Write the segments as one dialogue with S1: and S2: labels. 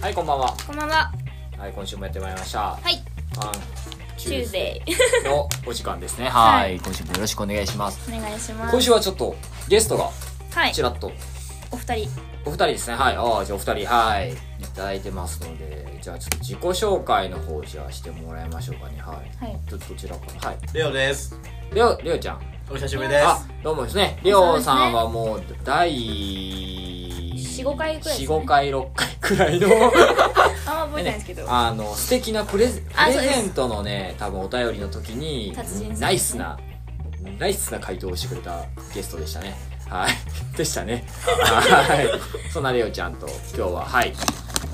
S1: はいこんばんは
S2: こんばんは。
S1: はい今週もやってまいりました
S2: はい。
S1: パン
S2: チューデイ。
S1: ーのお時間ですねはい
S2: はい
S1: 今週もよろしくお願いします
S2: お願いします。
S1: 今週はちょっとゲストが
S2: はい
S1: ち。らっと
S2: お二人。
S1: お二人ですねはいああじゃあお二人はいいただいてますのでじゃあちょっと自己紹介の方じゃあしてもらいましょうかねはい
S2: はい。
S1: ちょっとこちらからはい
S3: レオです。
S1: レオレオちゃん
S3: お久しぶりです。
S1: あどうもですねレオさんはもう第45
S2: 4-5回くらいですね
S1: 45回6回くらいの
S2: あんま覚えてないんですけど。
S1: あの素敵なプレゼプ
S2: あ
S1: レ
S2: そうです
S1: ゼントのね多分お便りの時に
S2: 達人さん
S1: ナイスなナイスな回答をしてくれたゲストでしたねはい でしたねはいそんなレオちゃんと今日ははい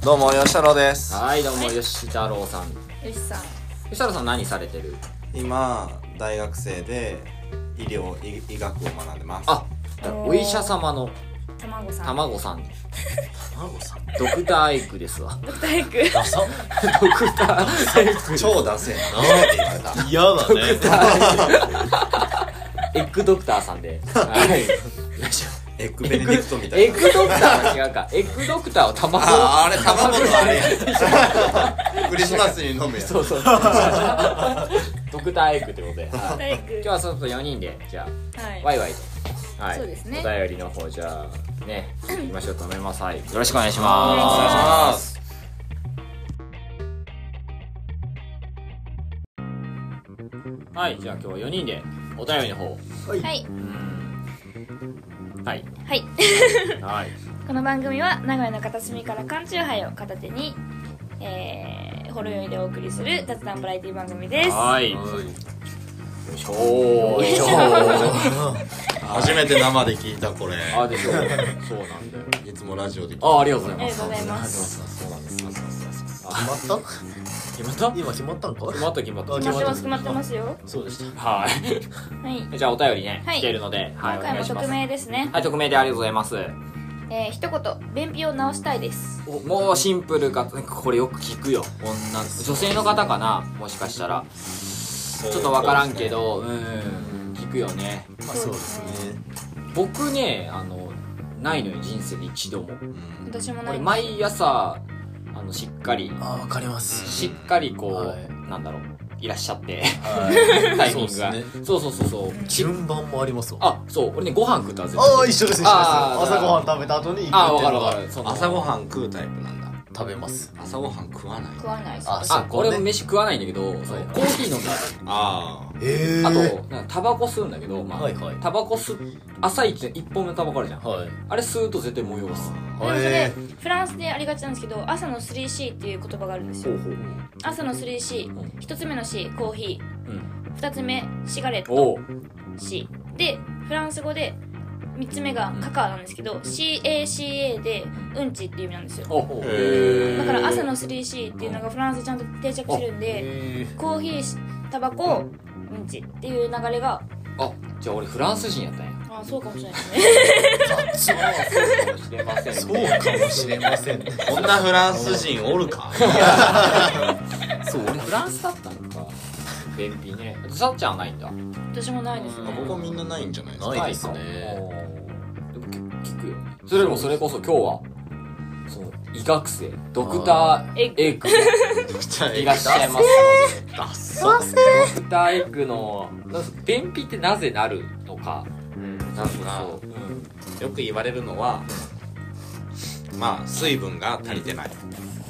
S3: どうも、吉太郎です。
S1: はいどうも
S2: はい
S1: 吉太郎さん
S2: よしさ
S1: 吉
S2: ん。
S1: 太郎さん何されてる
S3: 今、大学生で医療医、医学を学んでます。
S1: あ
S2: おー
S1: お医者様の
S2: 卵さん。
S1: 卵さん
S3: 卵さん。
S1: ドクターアイクです わ
S2: ドクターエッグ。
S3: ダサ
S1: ドクターエッグ
S3: 超ダセえな。初めて言われた。
S4: 嫌だね。
S1: エッグドクターさんではいよいしょ
S3: エッグベネディクトみたい
S1: エッ
S3: な
S1: グ。ドクターは違うかエッグドクターは卵
S3: あー、あれ、卵のあれや。クリスマスに飲むや
S1: そう そう。ドクターエッグってことで。
S2: ドクタ
S1: はい
S2: ーエッ
S1: 今日
S2: グ。
S1: はそうそう4人で、じゃ
S2: は
S1: あ、
S2: い。
S1: ワイワイと。はい。
S2: そうですね
S1: お便りの方、じゃあ、ね、 行きましょうと思います。はい。よろしくお願いし
S2: お願いします
S1: ま
S3: ます。
S1: す。はい。じゃあ、今日4人で、お便りの方。
S2: はい。
S1: はい。
S2: はい。
S1: はい。
S2: この番組は名古屋の片隅から缶チューハイを片手に、えー、ほろ酔いでお送りする雑談バラエティ番組です。は
S1: はい。よいしょー。
S2: よいしょ
S3: 初めて生で聞いた、これ。
S1: あ、でしょ。そうなんだよ。
S3: いつもラジオで聞い
S1: あ、ありがとうござ
S2: あ
S1: い
S2: り
S1: ま
S2: が
S1: す。
S2: と
S1: そ
S2: うございます。
S1: うなんです。
S4: 決まっ
S1: 決まった
S4: た今決まったんか
S1: 決まった決まった。
S4: あ
S2: 決まってます、
S4: 決
S2: 決
S4: ま
S2: ま
S4: っ
S2: ってて
S4: ま
S2: ますよ。
S4: そうでした。
S1: はい。
S2: はい。
S1: じゃあ、お便りね、
S2: はい
S1: 来てるので、はい、お
S2: 今回
S1: 願い
S2: も
S1: しま
S2: 匿
S1: す。
S2: 名ですね。
S1: はい、匿名でありがとうございます。
S2: えー、一言、便秘を治したいです。
S1: おもうシンプルかこれよく聞くよ女女性の方かなもしかしたら
S3: ち
S1: ちょっと分からんけ。どうん聞くよね
S4: まあそうですね。
S1: 僕ねあのないのよ人生で一度も
S3: うん
S2: 私もな
S1: 俺
S2: い。
S1: 毎朝あのしっかり
S4: あーわかります。
S1: しっかりこう、
S4: はい
S1: なんだろういらっしゃって
S4: はい
S1: タイミ
S4: そう
S1: ングがそう,、
S4: っすね
S1: そうそうそう
S4: 順番もありますわ。
S1: あそう俺ねご飯食ったんですよ
S4: あー一緒です一緒です。
S1: あー
S4: 朝ごはん食べた後に
S1: あー
S4: 行
S1: 分
S4: くっていう
S1: かる
S4: の
S1: 分か
S4: が
S1: るその
S3: 朝ごはん食うタイプなん
S4: 食べます。
S3: だ。朝ごはん食わない。
S2: 食わないです。
S4: あ
S1: あ
S4: そこ
S1: 俺も
S4: ね。
S1: 飯食わないんだけど、そうコーヒー飲んだ
S3: ああ。
S4: えー
S1: あと、なんかタバコ吸うんだけど、まあ、
S4: はいはい
S1: タバコ吸う、朝一で1本目のタバコあるじゃん。
S4: はい。
S1: あれ吸うと絶対催す。
S2: でもそれフランスでありがちなんですけど朝の 3C っていう言葉があるんですよ
S1: うほう。
S2: 朝の 3C 一つ目の C コーヒ
S1: うん。
S2: ー二つ目シガレット
S1: おう。
S2: C でフランス語で三つ目がカカアなんですけど CACA でうんちっていう意味なんですよ
S1: おう。
S3: へ
S2: だ
S3: ー
S2: から朝の 3C っていうのがフランスでちゃんと定着してるんで
S4: え
S2: コーヒータバコうんちっていう流れが
S1: あ、じゃあ俺フランス人やったんや。
S2: あそうかもしれないですね
S1: そうかもしれませ
S4: ー
S1: ん、
S4: そうかもしれませんね。
S3: こんなフランス人おるか
S1: そう、俺フランスだったのか。便秘ね。さっちゃんはないんだ。
S2: 私もないですね
S3: ここみんなないんじゃないですか
S4: ないですね。
S1: おう。でも結構聞くよね。それでもそれこそ今日は、その、医学生、ドクターエッグ。いらっしゃいますすので。ドクターエッグの、便秘ってなぜなるのか。
S3: なんか
S1: う。
S3: よく言われるのはまあ水分が足りてない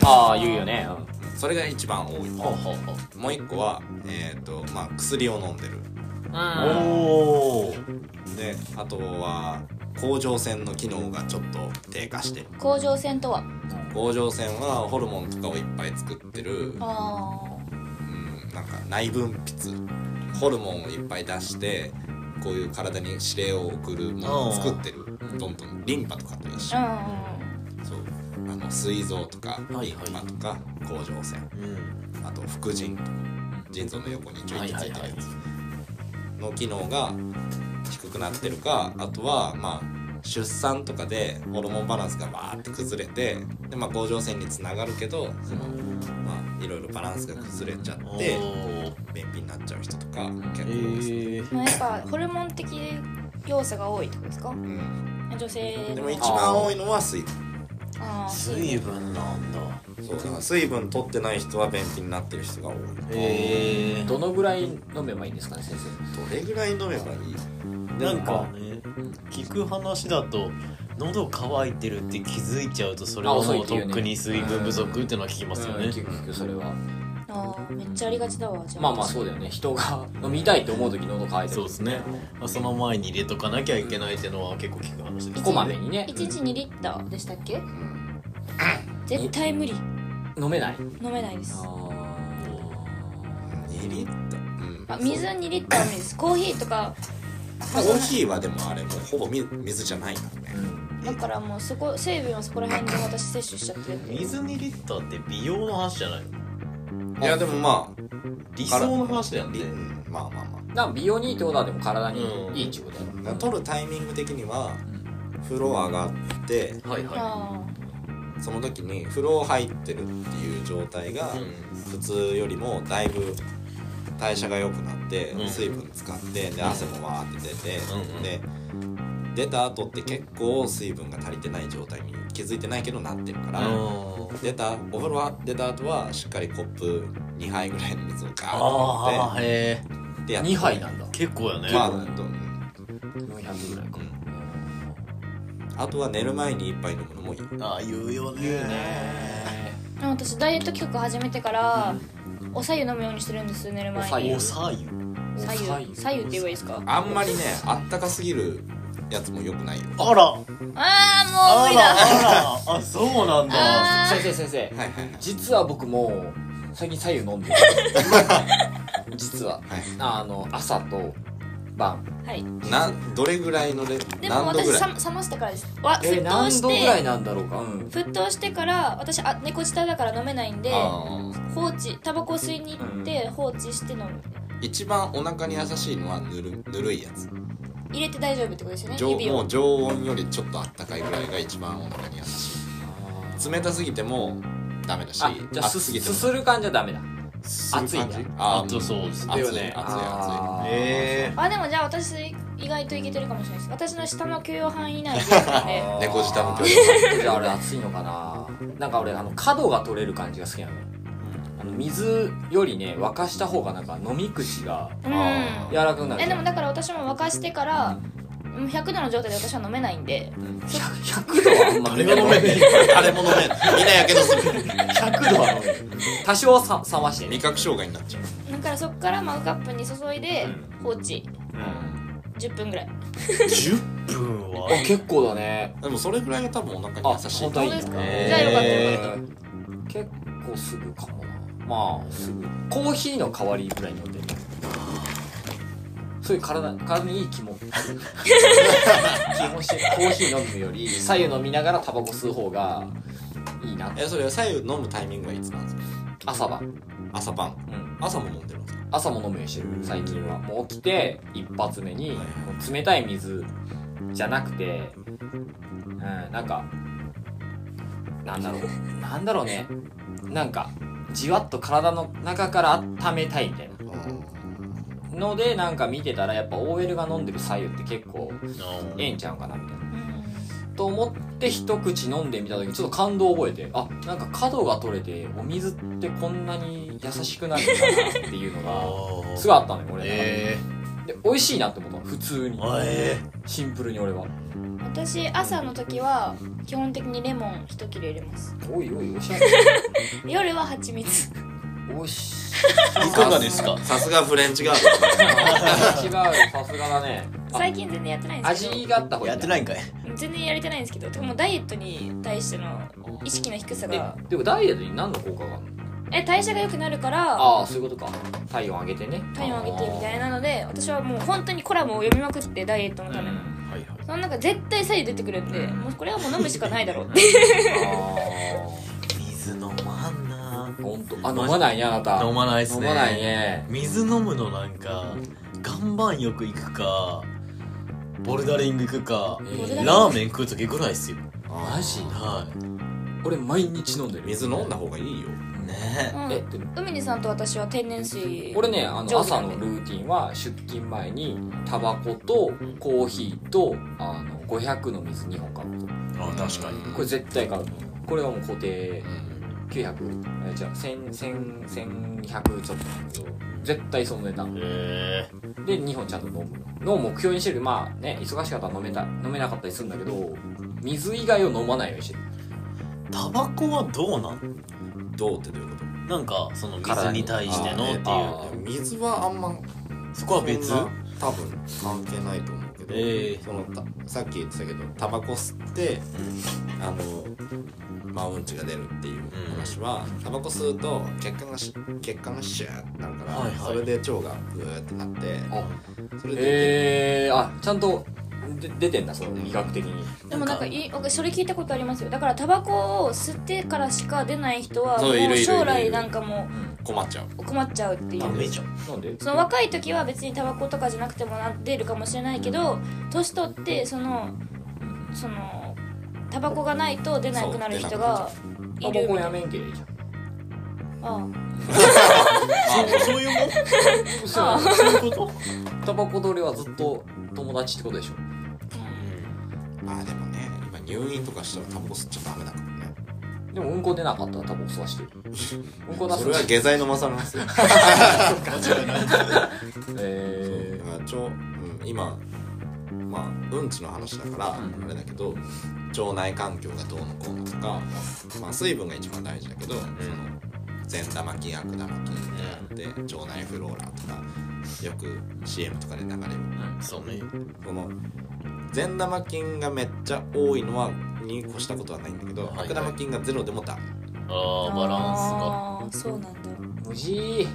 S1: ああ、言うよね。
S3: それが一番多い
S4: ははは
S3: もう一個はえっ、とまあ薬を飲んでる
S1: うん。
S4: おー
S3: であとは甲状腺の機能がちょっと低下してる
S2: 甲状腺とは
S3: 甲状腺はホルモンとかをいっぱい作ってる、
S2: あ
S3: うん、なんか内分泌ホルモンをいっぱい出してこういう体に指令を送るものを作ってるどんどんリンパとかと一緒
S2: あうん
S3: そうあの膵臓とか
S4: はい
S3: リンパとか甲状腺
S4: うん。
S3: あと副腎とか腎臓の横にちょいとついてるや
S4: はいは
S3: つの機能が低くなってるかあとはまあ出産とかでホルモンバランスがわーって崩れてで、まあ、甲状腺につながるけどその、まあ、いろいろバランスが崩れちゃって
S4: お
S3: 便秘になっちゃう人とか結構多いです、
S4: ーえー
S2: まあ、やっぱホルモン的要素が多いってことですか
S3: うん
S2: 女性の
S3: でも一番多いのは水分
S2: あー
S5: 水分なんだ
S3: そうだから水分取ってない人は便秘になってる人が多い
S5: へえ
S1: どのぐらい飲めばいいんですかね先生
S3: どれぐらい飲めばいい
S5: なんかね聞く話だと喉乾いてるって気づいちゃうとそれは
S1: あ遅い
S5: も
S1: っ
S5: う
S1: て
S5: と
S1: いうね
S5: っくに水分不足ってのは聞きますよ
S1: うん
S5: ね
S1: 聞く聞くそれは
S2: あーめっちゃありがちだわじゃあ
S1: まあまあそうだよね人が飲みたいと思う時喉乾いて
S5: そう
S1: る
S5: ですねまあその前に入れとかなきゃいけないってのは結構聞く話です
S1: こまめにね
S2: 1日2リッターでしたっけ絶対無理
S1: 飲めない
S2: 飲めないです
S3: 2リットル、うん、
S2: あ水2リッターは無理ですコーヒーとか
S3: コーヒーはでもあれもうほぼ水水じゃないからね
S2: だからもうそこ成分はそこら辺で私摂取しちゃってるんで
S5: 水2リッターって美容の話じゃないの
S3: いやでもまあ
S5: 理想の話だよね
S3: うんまあまあまあ
S1: なんか美容にいいってことはでも体にいいってことだよ、
S3: だから取るタイミング的には風呂上がって
S5: はいは
S2: あ
S3: その時に風呂入ってるっていう状態が
S5: い、
S3: 普通よりもだいぶ代謝が良くなって
S5: うん
S3: 水分使ってで汗もわーって出て
S5: うんうん
S3: で出た後って結構水分が足りてない状態に気づいてないけどなってるか
S5: あ
S3: ら
S5: のー
S3: 出たお風呂は出た後はしっかりコップ2杯ぐらいの水をガーッと飲
S5: あ
S3: ん
S5: ーへえ
S3: ででやって
S1: 2杯なんだ
S5: 結構やね、
S3: まあうんとうん
S1: 400ぐらいか、
S3: あとは寝る前に1杯飲むのもいい
S5: ああ言うよね言うね
S2: ーあ私ダイエット企画始めてからおさゆ飲むようにしてるんです寝る前に
S5: おさゆ
S1: お
S2: さ
S1: 白湯
S2: ゆさゆって言えばいいですか
S3: あんまりねあったかすぎるやつも良くないよ
S5: あら
S2: ああもう
S5: あ
S2: 無理だ
S5: らあらあそうなんだ
S2: あ
S1: 先生先生
S3: はいはいはい
S1: 実は僕もう最近左右飲んでる実は
S3: はい
S1: あの朝と晩
S2: ーはい
S3: などれぐらいのレ
S2: でも
S3: 何度
S2: 私
S3: ぐらい
S2: さ冷ましてからですわ
S1: え
S2: 沸騰
S1: 何
S2: し
S1: 度ぐらい
S2: て
S1: なんだろうかうん
S2: 沸騰してから私あ猫舌だから飲めないんで
S3: あ
S2: 放置タバコ吸いに行って放置して飲む
S3: ー一番お腹に優しいのはぬるぬるいやつ
S2: 入れて大丈夫ってことですよね
S3: 常
S2: 指
S3: もう
S2: を
S3: 常温よりちょっとあったかいぐらいが一番お腹に優しい冷たすぎてもダメだし
S1: あじゃあす
S3: 熱すぎて
S1: す
S3: も
S1: する感じゃダメだ
S3: する感じ
S1: 熱いん
S3: あ
S5: あとそうです
S3: 熱い
S5: よ
S3: 熱い
S5: ね
S1: あー
S5: え
S2: あでもじゃあ私意外といけてるかもしれないです私の下の許容範囲内でやる ので
S3: 猫舌の距
S1: 離じゃああれ熱いのかななんか俺あの角が取れる感じが好きなの,、あの水よりね沸かした方がなんか飲み口が
S2: うん
S1: 柔らかくなる
S2: えでもだから私も沸かしてからもう100度の状態で私は飲めないんで
S1: 100度はあんま
S5: あれが飲めね
S3: 誰も飲めないみんなやけどする
S1: 100度は飲める多少はさ冷まして
S3: 味
S1: ね
S3: 覚障害になっちゃう
S2: だからそっからマグカップに注いで放置10分ぐらい
S5: 10分
S1: あ
S5: は
S1: 結構だね
S3: でもそれぐらいが多分お腹
S1: あ
S3: に優しい
S1: 本当はいいんだ
S2: そう
S5: ですか
S2: じゃあよかった
S5: え
S2: よ
S5: ー
S2: か っ
S1: 結構すぐかもなまあすぐコーヒーの代わりぐらい飲んでるそういう体体にいい気も 気もしてコーヒー飲むより左右飲みながらタバコ吸う方がいいな
S3: えそれは左右飲むタイミングはいつなんですか
S1: 朝晩、
S3: 朝晩
S1: うん、
S3: 朝も飲んでるんですか
S1: 朝も飲むようにしてる最近はもう起きて一発目に冷たい水じゃなくてうんなんかなんだろ うなんだろうねなんかじわっと体の中から温めたいみたいなのでなんか見てたらやっぱ OL が飲んでる左右って結構ええんちゃうかなみたいな
S2: たうん
S1: と思って一口飲んでみた時にちょっと感動を覚えてあなんか角が取れてお水ってこんなに優しくなるんだなっていうのがすごいあったのよ俺の中で
S5: え
S1: で美味しいなって思ったの普通に
S5: ー、あえ
S1: シンプルに俺は
S2: 私朝の時は基本的にレモン一切れ入れます
S1: おいおいおしゃれ
S2: 夜は蜂蜜
S1: おし
S5: ー、いかがですか
S3: さすがフレンチガード
S1: 違うよさすがだ ねあ
S2: 最近全然やってないんですけ
S1: 味があった方が
S5: や
S1: いい
S5: って
S1: な
S5: ないんかい
S2: ど全然やれてないんですけどでもダイエットに対しての意識の低さ
S1: え
S2: が
S1: でもダイエットに何の効果があるの
S2: え代謝が良くなるから
S1: ああそういうことか体温上げてね
S2: 体温上げてみたい
S1: な
S2: なので私はもう本当にコラムを読みまくってダイエットのための、
S5: はいはい
S2: その中絶対左右出てくるんでもうこれはもう飲むしかないだろうって
S5: 水飲まんな
S1: 本当あ飲まないねあなた
S5: 飲まないっすね
S1: 飲まないね
S5: 水飲むのなんか岩盤浴行くかボルダリング行くか
S1: えー
S2: ボルダリング
S5: ラーメン食う時ぐらいっすよ
S1: マジ
S5: は
S1: 俺毎日飲んでる
S3: 水飲んだ方がいいよ
S5: いね
S2: う ん
S1: えでも
S2: 海にさんと私は天然水
S1: 俺ねあの
S2: 上手
S1: 朝
S2: な
S1: の
S2: ん
S1: ル
S2: で
S1: ーティンは出勤前にタバコとコーヒーとあの500の水2本買う
S5: あ確かに
S1: これ絶対買うこれはもう固定
S3: うん
S1: 900え違う1000 1000 1200ちょっとなんだけど絶対その値段
S5: へえ
S1: で2本ちゃんと飲むのを目標にしてるまあね忙しかったら飲めた飲めなかったりするんだけど水以外を飲まないようにしてる
S5: タバコはどうなん
S3: どうってどういうこと
S5: なんかその水に対してのって
S1: あ
S5: い
S1: ー
S3: 水はあんま
S5: うそこは別
S3: そんな多分関係ないと思うけど、
S5: ええ
S3: そのたさっき言ってたけどタバコ吸ってあのまあうんちが出るっていう話は、タバコ吸うと血管がし血管がシューってなるから、
S5: はいはい
S3: それで腸がグーってなって
S1: あ
S3: それで、
S1: えー、あちゃんとで出てんだその医学的に
S2: でもなんかいそれ聞いたことありますよだからタバコを吸ってからしか出ない人は
S3: そ
S2: も
S3: ういるいうるいる
S2: 将来なんかも
S3: 困っちゃう
S2: う困っちゃうってい
S5: ダ
S2: う
S5: メじ ゃん
S1: なんで
S2: その若い時は別にタバコとかじゃなくてもな出るかもしれないけど年取ってそのそのタバコがないと出なくなる人がい
S1: タ
S2: る
S1: バコ
S2: みたい
S1: や
S2: な
S1: めんけりゃいいじゃん
S2: あ
S5: そういうもん
S1: 嘘
S2: あ
S5: そういうこと
S1: タバコと俺はずっと友達ってことでしょ
S3: ああでもね今入院とかしたらタバコ吸っちゃダメだからね
S1: でもうんこ出なかったらタバコ吸わしてるうんこ出す
S3: それは下剤のまさなんですよ
S1: え
S3: だから腸、うん、今まあうんちの話だから
S1: うん
S3: あれだけど、腸内環境がどうのこうのとか、まあ、水分が一番大事だけど、その善玉菌悪玉菌であって腸内フローラとかよく CM とかで流れる
S5: そうね
S3: その善玉菌がめっちゃ多いのはに越したことはないんだけど、
S5: はいはい
S3: 悪玉菌がゼロでもダメ
S5: ああバラン
S2: ンスがそうなんだ
S1: ー、無事
S5: ス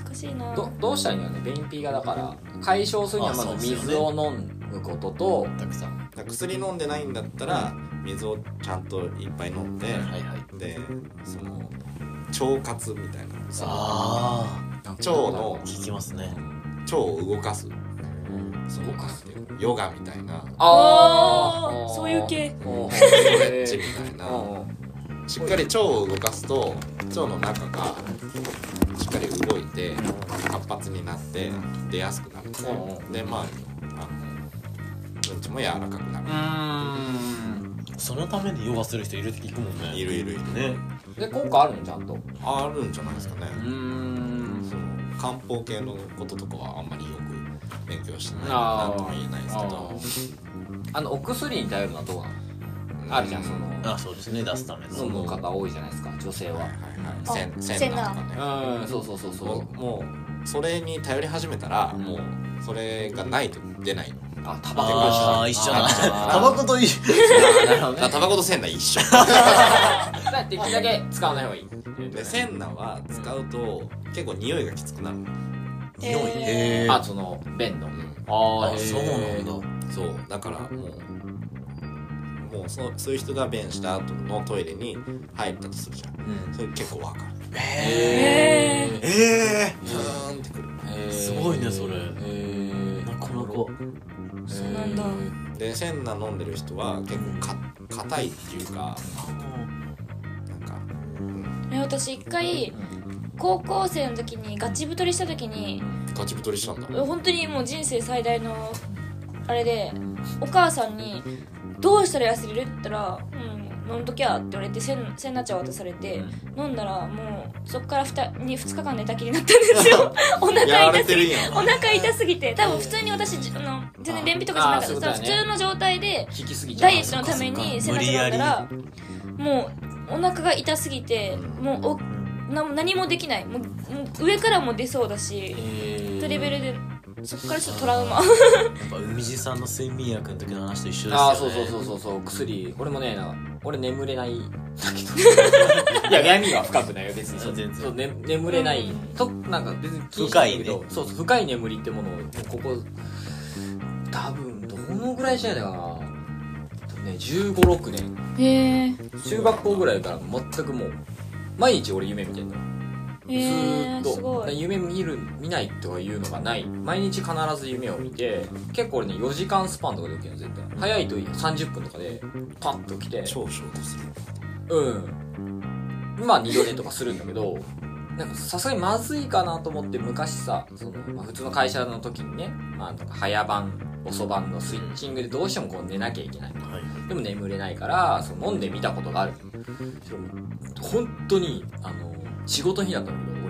S5: があ
S2: 難しいな
S1: どどうしたらいいのね便秘がだから解消するにはま
S5: あそう
S1: ず
S5: ですよね
S1: 水を飲むことと
S5: ーたくさん
S3: だから薬飲んでないんだったら水をちゃんといっぱい飲んで、
S5: はいはい
S3: でその腸活みたいなその
S5: あ
S3: 腸の
S5: あ聞きますね
S3: 腸を動かすそ
S1: 動
S3: の
S1: かす
S3: ヨガみたいな
S2: あーそういう系
S1: おー
S3: ストレッチみたいな
S1: うん
S3: しっかり腸を動かすと腸の中がしっかり動いて活発になって出やすくなる
S1: うん
S3: でまああのうんちも柔らかくなる
S5: そのためにヨガする人いるって聞くもんね
S3: いるいるいる
S5: ね
S1: で効果あるのちゃんと
S3: あるんじゃないですかね
S1: ん
S3: その漢方系のこととかはあんまりよく勉強してないな
S1: あ
S3: ん
S1: ー
S3: とも言えないですけど
S1: あのお薬に頼るのはどうなのあるじゃんそ
S5: あそうですね出すため
S1: の飲む
S5: の
S1: 方多いじゃないですか女性
S3: はい
S1: は
S3: はいはい
S2: あ
S3: センセンナーとかね
S1: うんそうそうそうそ
S3: も
S1: う
S3: うもうそれに頼り始めたら、
S1: うん
S3: もうそれがないと出ない
S1: あタバコ
S5: ああ一緒だ
S1: あー
S5: タバコといい
S1: なるほど
S3: だから
S1: ね
S3: タバコとセンナー一緒
S1: だからできるだけ使わない方がいい
S3: でセンナーは使うと結構匂いがきつくなる、
S2: 匂い
S5: へー
S1: あその便の
S3: うん
S1: あ
S5: あそうなんだ
S3: そうだからもうもうそうそういう人が便した後のトイレに入ったとするじゃん
S5: うん
S3: それ結構わかる
S1: へえ
S5: え
S3: ズーンってくる
S5: すごいねそれ
S1: え
S5: えなかなか
S2: そうなんだ
S3: でセンナー飲んでる人は結構か硬いっていうかなんか
S2: え私一回高校生の時にガチ太りした時に
S3: ガチ太りしたんだ
S2: 本当にもう人生最大のあれでお母さんに「どうしたら痩せれる?」って言ったら「うん飲んどきゃ」って言われてせんせんな茶渡されて飲んだらもうそこから 2, 2, 日間寝たきりになったんですよお
S3: や
S2: 腹痛
S3: られ
S2: す
S3: て
S2: ぎ
S3: るやん
S2: お腹痛すぎて多分普通に私じあの全然便秘とかじゃなか
S1: あーそうい
S2: っ
S1: うこと
S2: た
S1: だ
S2: 普
S1: ね
S2: 通の状態で
S1: 引きすぎちゃ
S2: ダ
S1: う
S2: イエットのために背
S5: そっかそっ
S2: 中
S5: か
S2: 飲んだらもうお腹が痛すぎてもうおな何もできないもうもう上からも出そうだしというレベルでそこからちょっとトラウマ
S5: やっぱ海地さんの睡眠薬の時の話と一緒ですよね
S1: ああそうそうそうそうそう薬俺もねなんか俺眠れないんだけど いや悩みは深くないよ別にそう
S5: 全然
S1: そう、ね、眠れない、となんか別に気にしないんだけど
S5: 深い
S1: そうそう深い眠りってものをここ多分どのぐらいじゃないかな多分ね1 5 6年
S2: へえ
S1: 中学校ぐらいから全くもう毎日俺夢見てんのずー
S2: へ
S1: っ
S2: え
S1: と
S2: すごい
S1: 夢見る見ないとかいうのがない毎日必ず夢を見て結構俺ね4時間スパンとかで起きるの絶対早いと30分とかでパッと起きて
S3: 超ショートする
S1: うんまあ二度寝とかするんだけどなんかさすがにまずいかなと思って昔さその、まあ、普通の会社の時にね、まあ、なんか早番遅番のスイッチングでどうしてもこう寝なきゃいけない
S5: はい
S1: でも眠れないからその飲んでみたことがあるそれも本当にあの仕事の日だったんだけど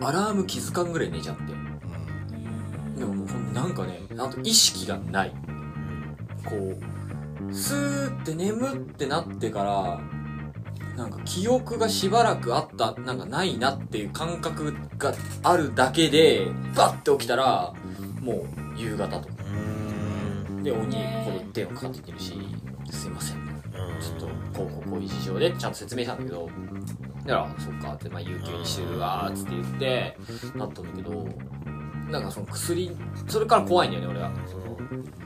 S1: 俺アラーム気づかんぐらい寝ちゃってでももうほんとなんかねなんと意識がないこうスーって眠ってなってからなんか記憶がしばらくあったなんかないなっていう感覚があるだけでバッて起きたらもう夕方とか
S5: うん
S1: で鬼に
S2: ね
S1: この電話かかってきてるし「すいません」
S5: うん
S1: ちょっとこうこうこういう事情でちゃんと説明したんだけどだからそっかってまあ有給にしてるわーっつって言ってなったんだけどなんかその薬それから怖いんだよね俺はその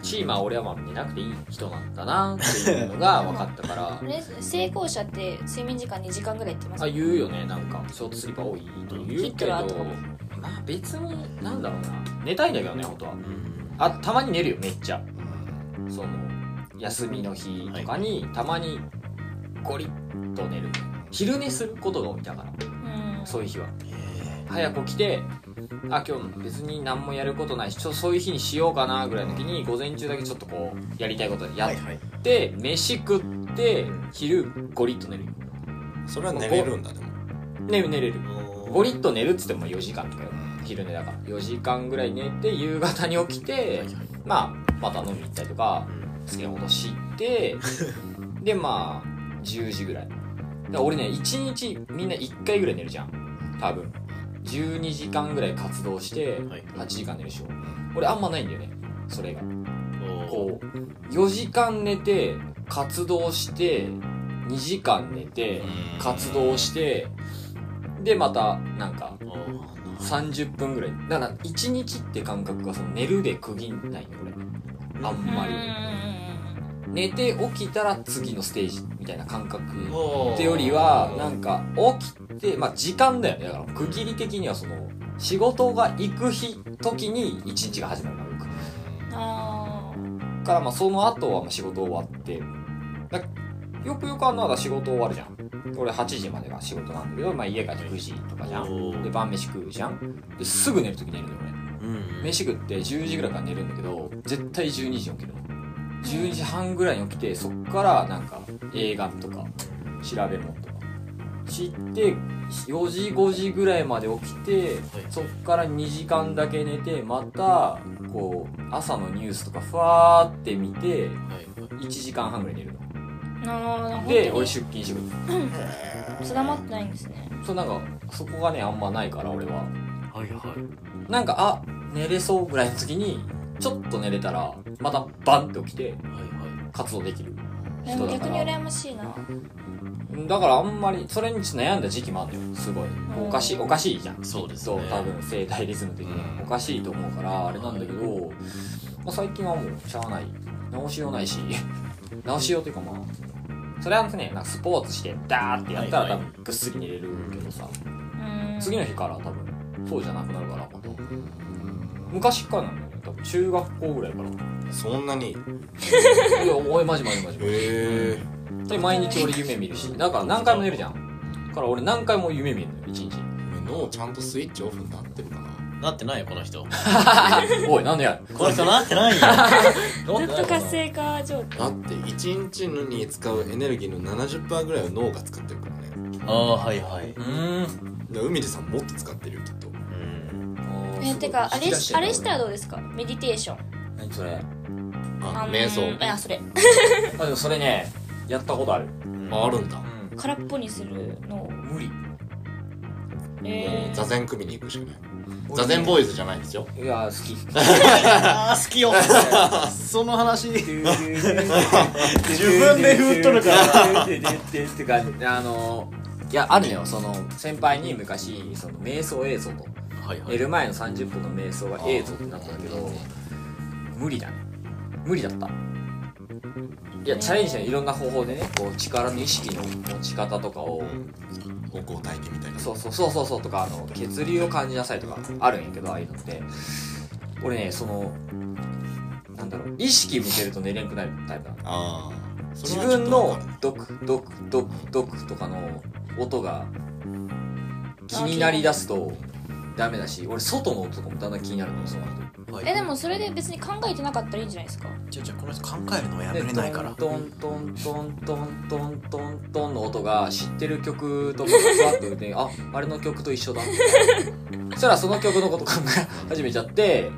S1: チーマー俺はまあ寝なくていい人なんだなっていうのが分かったか
S2: あれ成功者って睡眠時間2時間ぐらいって言います
S1: らあ
S2: よね
S1: 言うよねなんかショートスリーパー多いと言う
S2: ヒット
S1: けど
S2: ラーとかも
S1: まあ別になんだろうな寝たいんだけどね本当はあたまに寝るよめっちゃその休みの日とかにたまにゴリッと寝る昼寝することが多いだから
S2: うん
S1: そう
S2: う
S1: いう日は
S5: え
S1: 早く起きてあ今日別に何もやることないしちょそういう日にしようかなぐらいの時に午前中だけちょっとこうやりたいことやっ
S4: はいはい
S1: て、飯食って昼ゴリッと寝るよ
S3: それは寝れるんだでも
S1: 寝寝れる
S5: ー
S1: ゴリッと寝るっつってもまあ4時間とかよ昼寝だから4時間ぐらい寝て夕方に起きてまあまた飲み行ったりとか
S5: うん
S1: つけ落とし行って でまあ10時ぐらいだから俺ね1日みんな1回ぐらい寝るじゃん多分12時間ぐらい活動して
S5: はい
S1: 8時間寝るでしょ俺あんまないんだよねそれが
S5: おー
S1: こう4時間寝て活動して2時間寝て活動してでまたなんか
S5: あー
S1: 30分ぐらいだから1日って感覚がその寝るで区切んないよ俺あんまり
S2: ん
S1: 寝て起きたら次のステージみたいな感覚っ
S5: おー
S1: てよりはなんか起きてまあ時間だよねだから区切り的にはその仕事が行く日時に一日が始まるから僕
S2: あー
S1: だからまあその後はまあ仕事終わってだよくよくあんなのは仕事終わるじゃん俺8時までが仕事なんだけど、まあ、家帰って9時とかじゃ
S5: お
S1: ん
S5: ー
S1: で晩飯食うじゃんですぐ寝る時寝るのよ俺
S5: うん
S1: 飯食って10時ぐらいから寝るんだけど絶対12時に起きるの12時半ぐらいに起きてそっからなんか映画とか調べ物とか知って4時5時ぐらいまで起きてそっから2時間だけ寝てまたこう朝のニュースとかふわーって見て
S5: はいはい
S1: 1時間半ぐらい寝るの
S2: あー
S1: で
S2: 本
S1: 俺
S2: 当
S1: 出勤してくる
S2: に定まってないんですね
S1: そうなんかそこがねあんまないから俺は
S5: はいはい
S1: なんかあ寝れそうぐらいの時にちょっと寝れたらまたバンって起きて
S5: はいはい
S1: 活動できる
S2: で
S1: 人
S2: も
S1: だか
S2: 逆に
S1: ら
S2: 羨ましいな
S1: だからあんまりそれにちょっと悩んだ時期もあるんだよすごいおかしいおかしいじゃん
S5: そうです
S1: そ
S5: ね
S1: う多分生態リズム的に
S3: うん
S1: おかしいと思うからあれなんだけど、まあ、最近はもうしゃあない直しようないし直しようというかまあそれはねなんかスポーツしてダーってやった
S5: はい
S1: ら
S5: は
S1: 多
S5: い
S1: 分ぐっすり寝れるけどさ
S2: うん
S1: 次の日から多分そうじゃなくなるからまた昔からなんだよね多分中学校ぐらいから
S3: そんなに
S1: いや おいマジマジマジマジ
S3: へえ
S1: で毎日俺夢見るしだから何回も寝るじゃんだから俺何回も夢見るのよ一 日
S3: 脳ちゃんとスイッチオフになってるかな
S5: なってないよこの人
S1: おいなんでや
S5: この人なってないよ
S2: ずっと活性化状態
S3: だって1日に使うエネルギーの70%ぐらいは脳が使ってるからね
S5: ああはいはい
S1: うん
S3: だから海でさんもっと使ってるよきっと
S5: うん
S2: えてかあれしあれしたらどうですかメディテーション
S1: 何それ
S3: あ
S2: の
S3: 瞑想
S2: いやそれ
S1: あでもそれねやったことある
S3: ああるんだ
S2: 空っぽにするのを
S1: 無理
S2: え
S3: 座禅組に行くしかない座禅ボーイズじゃないですよ
S1: いや好 き
S5: あー好きよその話自分で振っとるから
S1: ってかあのいやあるのよその先輩に昔その瞑想映像と
S5: はいは
S1: 寝
S5: い
S1: る前の30分の瞑想が映像ってなったんだけど無理だね無理だったいやチャレンジしたよいろんな方法でねこう力の意識の持ち方とかを
S3: 方向体験みたいな
S1: そうそうそうそうそうとかあの血流を感じなさいとかあるんやけどああいうのって俺ねそのなんだろう意識向けると寝れんくなるタイプなの
S3: ああ
S1: 自分のドクドクドクドクとかの音が気になりだすとダメだし俺外の音とかもだんだん気になるのその後
S5: はい
S2: えでもそれで別に考えてなかったらいいんじゃないですか
S5: じゃあじゃあこの人考えるのはやめれないから
S1: トントントントントントントンの音が知ってる曲とかがふわっとでああれの曲と一緒だそしたらその曲のこと考え始めちゃって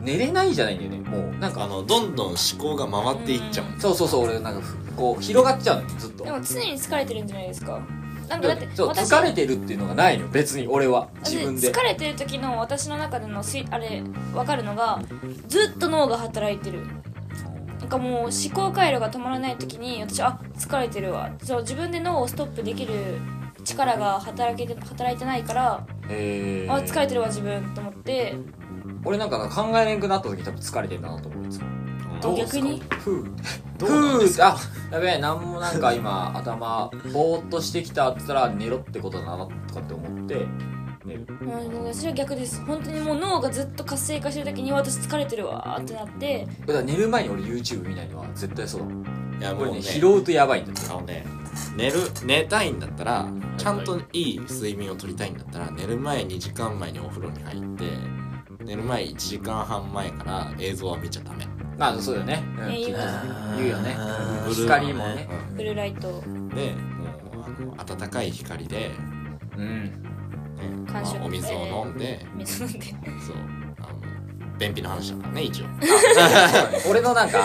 S1: 寝れないじゃないんだよねもうなん
S3: あ
S1: か
S3: のどんどん思考が回っていっちゃう
S1: そうそうそう俺なんかふこう広がっちゃうのよずっと
S2: でも常に疲れてるんじゃないですかなんかだって
S1: そう
S2: 私
S1: 疲れてるっていうのがないの別に俺は自分で
S2: 疲れてる時の私の中でのスイあれ分かるのがずっと脳が働いてるなんかもう思考回路が止まらない時に私あ疲れてるわそう自分で脳をストップできる力が働けて働いてないから、
S1: え
S2: あ疲れてるわ自分と思って
S1: 俺なんか考えれんくなった時多分疲れてるなと思うんですよ
S2: と逆に
S1: ふうふうあやべえなんもなんか今頭ぼーっとしてきたって言ったら寝ろってことだなとかって思って寝る
S2: うん、私は逆です本当にもう脳がずっと活性化してる時に私疲れてるわーってなって
S1: だから寝る前に俺 YouTube 見ないのは絶対そうだもん
S3: いや
S1: こ
S3: も
S1: れ
S3: う
S1: ね
S3: ね
S1: 拾うとやばいんだよ
S3: あのね寝る寝たいんだったらちゃんといい睡眠をとりたいんだったら寝る前2時間前にお風呂に入って寝る前1時間半前から映像は見ちゃダメ、
S1: まあそうだよね、うん、
S2: ね
S1: きっと
S5: あー
S1: 言うよね
S5: ブ
S3: ルー
S1: 光もね
S2: ブルーライトを
S3: でもうあの暖かい光で、ね
S1: うん
S3: ま
S2: 感
S3: あ
S2: 触、
S3: お水を飲んで、
S2: 水飲んで
S3: そうあの便秘の話だからね一応
S1: 俺のなん か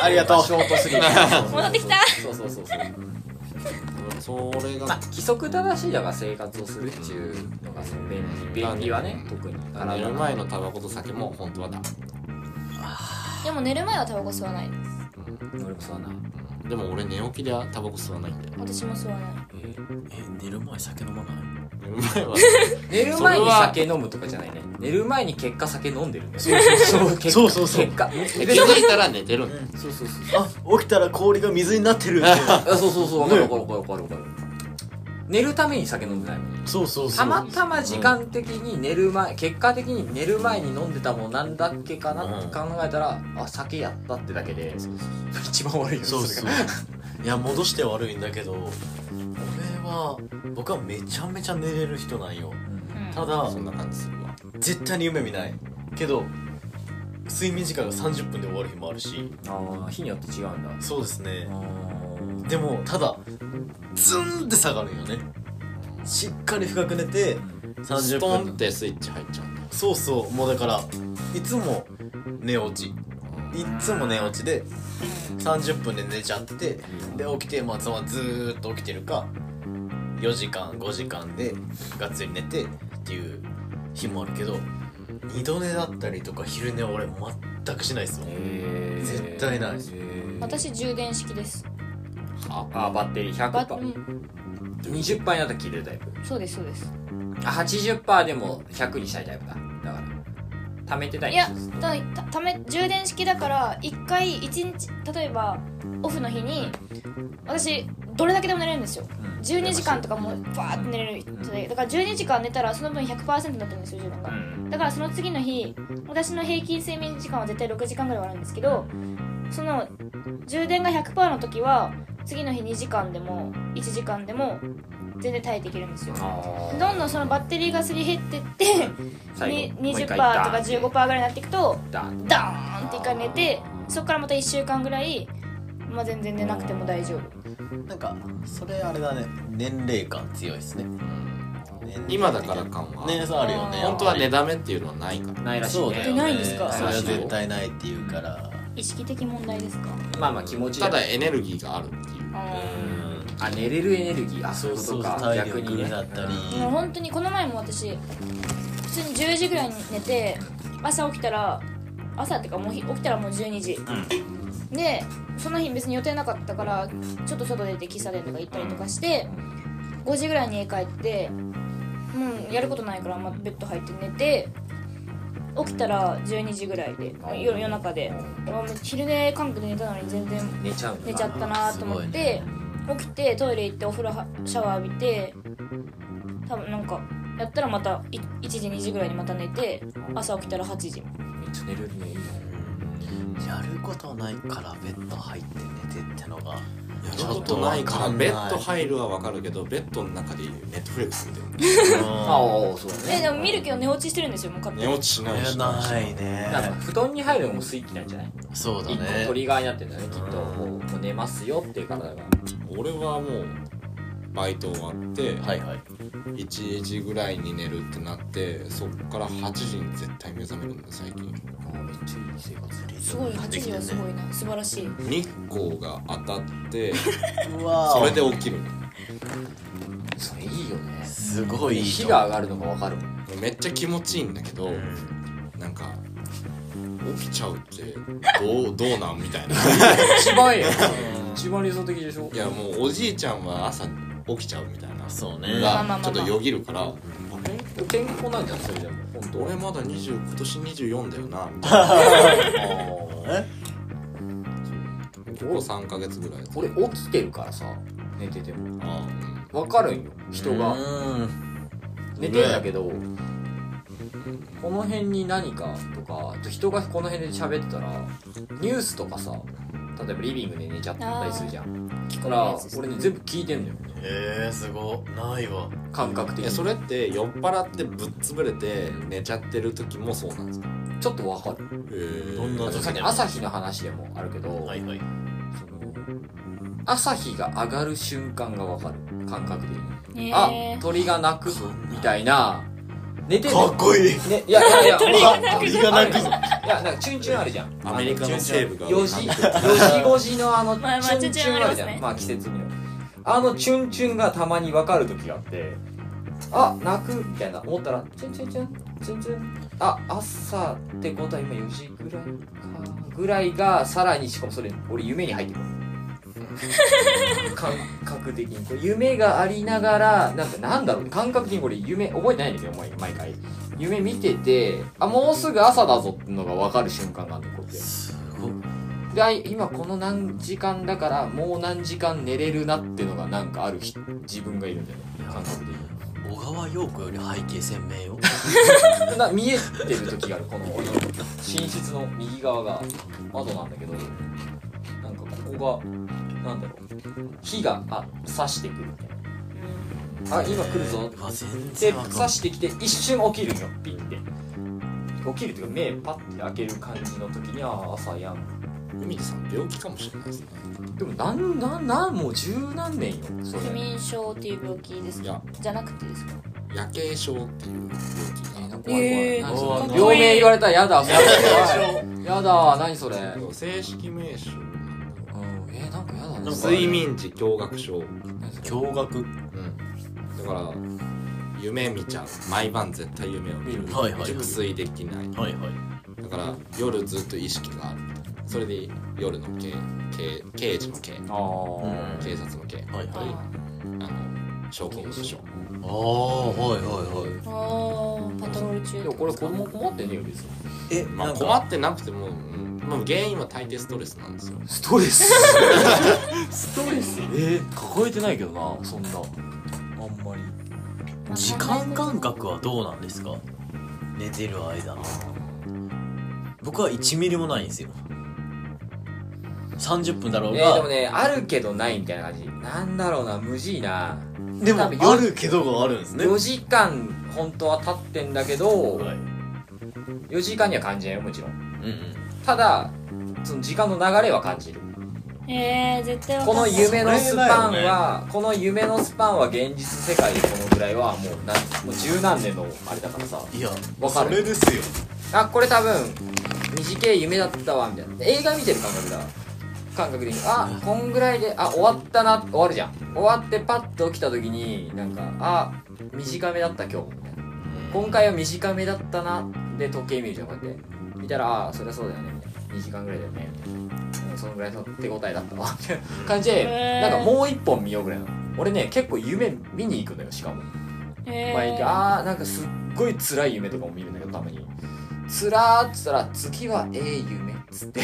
S4: ありがとう
S1: ショートスリー
S2: 戻ってきた
S1: そうそうそうそう
S3: それ
S1: まあ
S3: が、
S1: 規則正しいだから生活をするっていうのがその便利便利はね特に
S3: 寝
S1: 体
S3: る
S1: の
S3: 前のタバコと酒も本当はダメ、
S2: でも寝る前はタバコ吸わない
S3: うん
S1: 俺もそうだな
S3: うんでも俺寝起きでタバコ吸わないんだよ
S2: 私も吸わない
S5: ええ寝る前酒飲まない
S3: 寝る前は
S1: 寝る前に酒飲むとかじゃないね寝る前に結果酒飲んでるんだよそうそう結果
S5: そうそうそう
S1: 結果
S3: 気づいたら寝てるんだよ
S1: そうそうそう
S5: あ起きたら氷が水になってる
S1: あそうそうそうわかるわかるわかるわかるわかる寝るために酒飲んでないもん
S5: そうそうそう
S1: たまたま時間的に寝る前結果的に寝る前に飲んでたもんなんだっけかなって考えたらあ酒やったってだけで一番悪いよね
S5: そう
S1: れ
S5: そう
S1: が
S5: いや戻して悪いんだけど俺は僕はめちゃめちゃ寝れる人なんよ
S2: うん
S5: ただ
S3: そんな感じするわ
S5: 絶対に夢見ないけど睡眠時間が30分で終わる日もあるし
S1: ああ日によって違うんだ
S5: そうですね
S1: あ
S5: でもただズンって下がるんよねしっかり深く寝て
S3: ス
S5: 30
S3: トン
S5: 分
S3: ってスイッチ入っちゃうんだよ
S5: そうそうもうだからいつも寝落ちいつも寝落ちで30分で寝ちゃってで起きてまあそのままずーっと起きてるか4時間5時間でがっつり寝てっていう日もあるけど二度寝だったりとか昼寝は俺全くしないですもん
S1: ー
S5: 絶対ないです
S1: へー
S2: 私充電式です
S1: あバッテリー
S2: バッ
S1: 100%、
S2: うん
S1: 20%になったら切れるタイプ
S2: そうですそうです
S1: あ80%でも100にしたいタイプだだから貯めてたい
S2: いやたたため充電式だから1回一日例えばオフの日に私どれだけでも寝れるんですよ
S1: うん
S2: 12時間とかもうバーって寝れる人でだから12時間寝たらその分100%になってるんですよ自分
S1: う
S2: が
S1: ん
S2: だからその次の日私の平均睡眠時間は絶対6時間ぐらいはあるんですけどその充電が100%の時は次の日2時間でも1時間でも全然耐えていけるんですよ
S1: あー
S2: どんどんそのバッテリーがすり減ってって
S1: 最
S2: に
S1: 後
S2: 20%とか15%ぐらいになっていくと
S1: だーン
S2: ダーンって一回寝てそこからまた1週間ぐらい、まあ、全然寝なくても大丈夫
S5: なんかそれあれだね年齢感強いですね
S3: 今だから感は、
S5: ねそうあるよね
S3: 本当は寝だめっていうのはないから
S1: ないらしい
S5: そう
S1: ね
S5: だよね
S2: えないんですか
S5: それは絶対ないっていうから
S2: 意識的問題ですか
S1: まあまあ気持ち
S3: ただエネルギーがあるっていう
S1: あ寝れるエネルギーあそういうことか
S5: 体
S1: 逆にね
S5: 力だったり
S2: もう本当にこの前も私普通に10時ぐらいに寝て朝起きたら朝っていうかもうひ起きたらもう12時、でその日別に予定なかったからちょっと外出て喫茶店とか行ったりとかして5時ぐらいに家帰ってもうやることないから、まあ、ベッド入って寝て起きたら12時ぐらいで夜夜中であもう昼寝感覚で寝たのに全然
S1: 寝ちゃうんだ
S2: 寝ちゃったなと思って、起きてトイレ行ってお風呂はシャワー浴びて多分なんかやったらまたい1時2時ぐらいにまた寝て朝起きたら8時
S1: めっちゃ寝れるねいいね
S5: やることないからベッド入って寝てってのが
S3: やることないか
S5: ち
S3: ら
S5: ょっとわかんない
S3: ベッド入るはわかるけどベッドの中でネットフレックス見てる
S1: ああそうだ
S2: え
S1: ね
S2: でも見るけど寝落ちしてるんですよもう勝手
S3: 寝
S2: に
S3: 落ちしないし
S5: ない
S1: なんか
S5: ね
S1: 布団に入るのもスイッチなんじゃない
S5: そうだ
S1: 一個ト
S5: ね
S1: リガーになってんだねきっと
S5: うん
S1: もうもう寝ますよっていう体が
S3: 俺はもうバイト終わって
S5: はいはい
S3: 1時ぐらいに寝るってなってそっから8時に絶対目覚めるんだ最近
S1: めっちゃいい生活
S2: すごい8時はすごいな素晴らしい
S3: 日光が当た って
S5: うわ
S3: それで起きる
S1: それいいよね
S5: すごいいい
S1: 火が上がるのが分かるもん
S3: めっちゃ気持ちいいんだけど、なんか起きちゃうってどうどうなんみたいな
S1: 一番 いいよ一番理想的でしょ
S3: いやもうおじいちゃんは朝起きちゃうみたいな
S5: そうね
S3: の
S2: まあまあまあ
S3: が
S2: まあ
S3: ちょっとよぎるから、
S1: 健康なんじゃんそれでも本当
S3: 俺まだ20今年24だよなみ たいな
S5: え
S3: ここ3ヶ月ぐらいあ
S1: 俺起きてるからさ寝てても
S3: あ
S1: 分かるんよ人が
S5: うん
S1: 寝てんだけど、この辺に何かとかあと人がこの辺で喋ってたらニュースとかさ例えばリビングで寝ちゃったりするじゃん
S2: 聞
S1: だか
S2: こえるや
S1: ら
S2: つです
S1: 俺ね全部聞いてんのよ
S5: えー、すごいないわ
S1: 感覚的
S3: え
S1: に
S3: それって酔っ払ってぶっ潰れて寝ちゃってる時もそうなんですか
S1: ちょっと分かる
S3: ど
S5: どん
S1: あ
S5: な
S1: とさっき朝日の話でもあるけど、
S5: はいはい
S1: その朝日が上がる瞬間が分かる感覚的に、
S2: ね
S1: あ
S2: え
S1: 鳥が鳴くみたいな寝てんの
S5: かっこいい
S1: ね、いやいやいや、
S2: 鳥が鳴く
S1: 鳥が鳴く。いや、なんかチュンチュンあるじゃん。
S3: アメリカの西部が
S1: 4時、4時5時のあの、チ
S2: まあまあ
S1: ュンチュンあるじゃ
S2: チュンチュンありますね
S1: ん。まあ季節によるあのチュンチュンがたまに分かる時があって、あ、鳴くみたいな思ったら、チュンチュンチュン、チュンチュン。あ、朝ってことは今4時ぐらいか。ぐらいが、さらにしかもそれ、俺夢に入ってくる。感覚的にこれ夢がありながらなんかなんだろう感覚的にこれ夢覚えてないんですよ毎毎回夢見ててあもうすぐ朝だぞってのが分かる瞬間があるのこうやって
S5: すごい
S1: であ今この何時間だからもう何時間寝れるなってのがなんかある日自分がいるんだよね感覚的に
S5: 小川陽子より背景鮮明よ
S1: な見えてる時があるこの俺の寝室の右側が窓なんだけどなんかここがなんだろう火があ差してくるみたいなあ今来るぞ
S5: うわ全
S1: で
S5: 然わかんな
S1: 刺
S5: い
S1: してきて一瞬起きるのよピッて起きるっていうか目パッて開ける感じの時には朝やん
S3: 海地さん病気かもしれないですね
S1: でもなんなんなんもう十何年よそれ
S2: 不眠症っていう病気です
S3: い
S2: か
S3: や
S2: じゃなくてですか
S3: 夜景症っていう病気があって
S2: えー
S1: 何それ
S5: うわ
S1: 病名言われたらやだそれやだ何それう
S3: 正式名称
S1: んえーなんかやだ
S5: なんか
S3: 睡眠時驚愕症、
S1: 何それ
S5: 驚愕
S3: だから夢見ちゃう毎晩絶対夢を見る、
S5: はいはい
S3: 熟睡できない
S5: はいはい
S3: だから夜ずっと意識があるそれで夜の刑刑刑事の刑
S1: あー
S5: うん
S3: 警察の刑
S5: はい
S2: あ
S5: はい
S3: あの証拠物証
S5: ああはいはいはい
S2: ーあーパトロール中
S1: でもこれ子供困ってねえよ別に
S5: え
S3: まあ困ってなくても、うんまあ、原因は大抵ストレスなんですよ
S1: ストレ スストレスえー、抱えてないけどなそんなあんまり
S5: 時間感覚はどうなんですか寝てる間僕は1ミリもないんですよ30分だろう
S1: え
S5: が、
S1: ー、でもねあるけどないみたいな感じなんだろうな無事な
S5: でも
S1: 多分よ
S5: あるけどがあるんですね
S1: 4時間本当は経ってんだけど
S5: はい
S1: 4時間には感じないよもちろん
S5: うんうん
S1: ただその時間の流れは感じる
S2: えー、絶対わか
S1: こ
S2: んな
S1: の
S2: い
S1: 夢のスパンは、この夢のスパンは現実世界でこのぐらいはもう何もう十何年のあれだからさ
S5: いや
S1: わかる
S5: それですよ
S1: あこれ多分短い夢だったわみたいな映画見てる感覚だ感覚的にあこんぐらいであ終わったな終わるじゃん終わってパッと起きた時になんかあ短めだった今日みたいな今回は短めだったなで時計見るじゃんこうやって見たらあそりゃそうだよねみたいな2時間ぐらいだよねみたいなうんそのぐらいの手応えだったわみたいな感じ
S2: へ
S1: で
S2: ー
S1: なんかもう一本見ようぐらいなの俺ね結構夢見に行くのよしかも
S2: え
S1: 毎回
S2: ー、
S1: あーなんかすっごい辛い夢とかも見るんだけどたまにつらーっつったら次はええ夢っつ って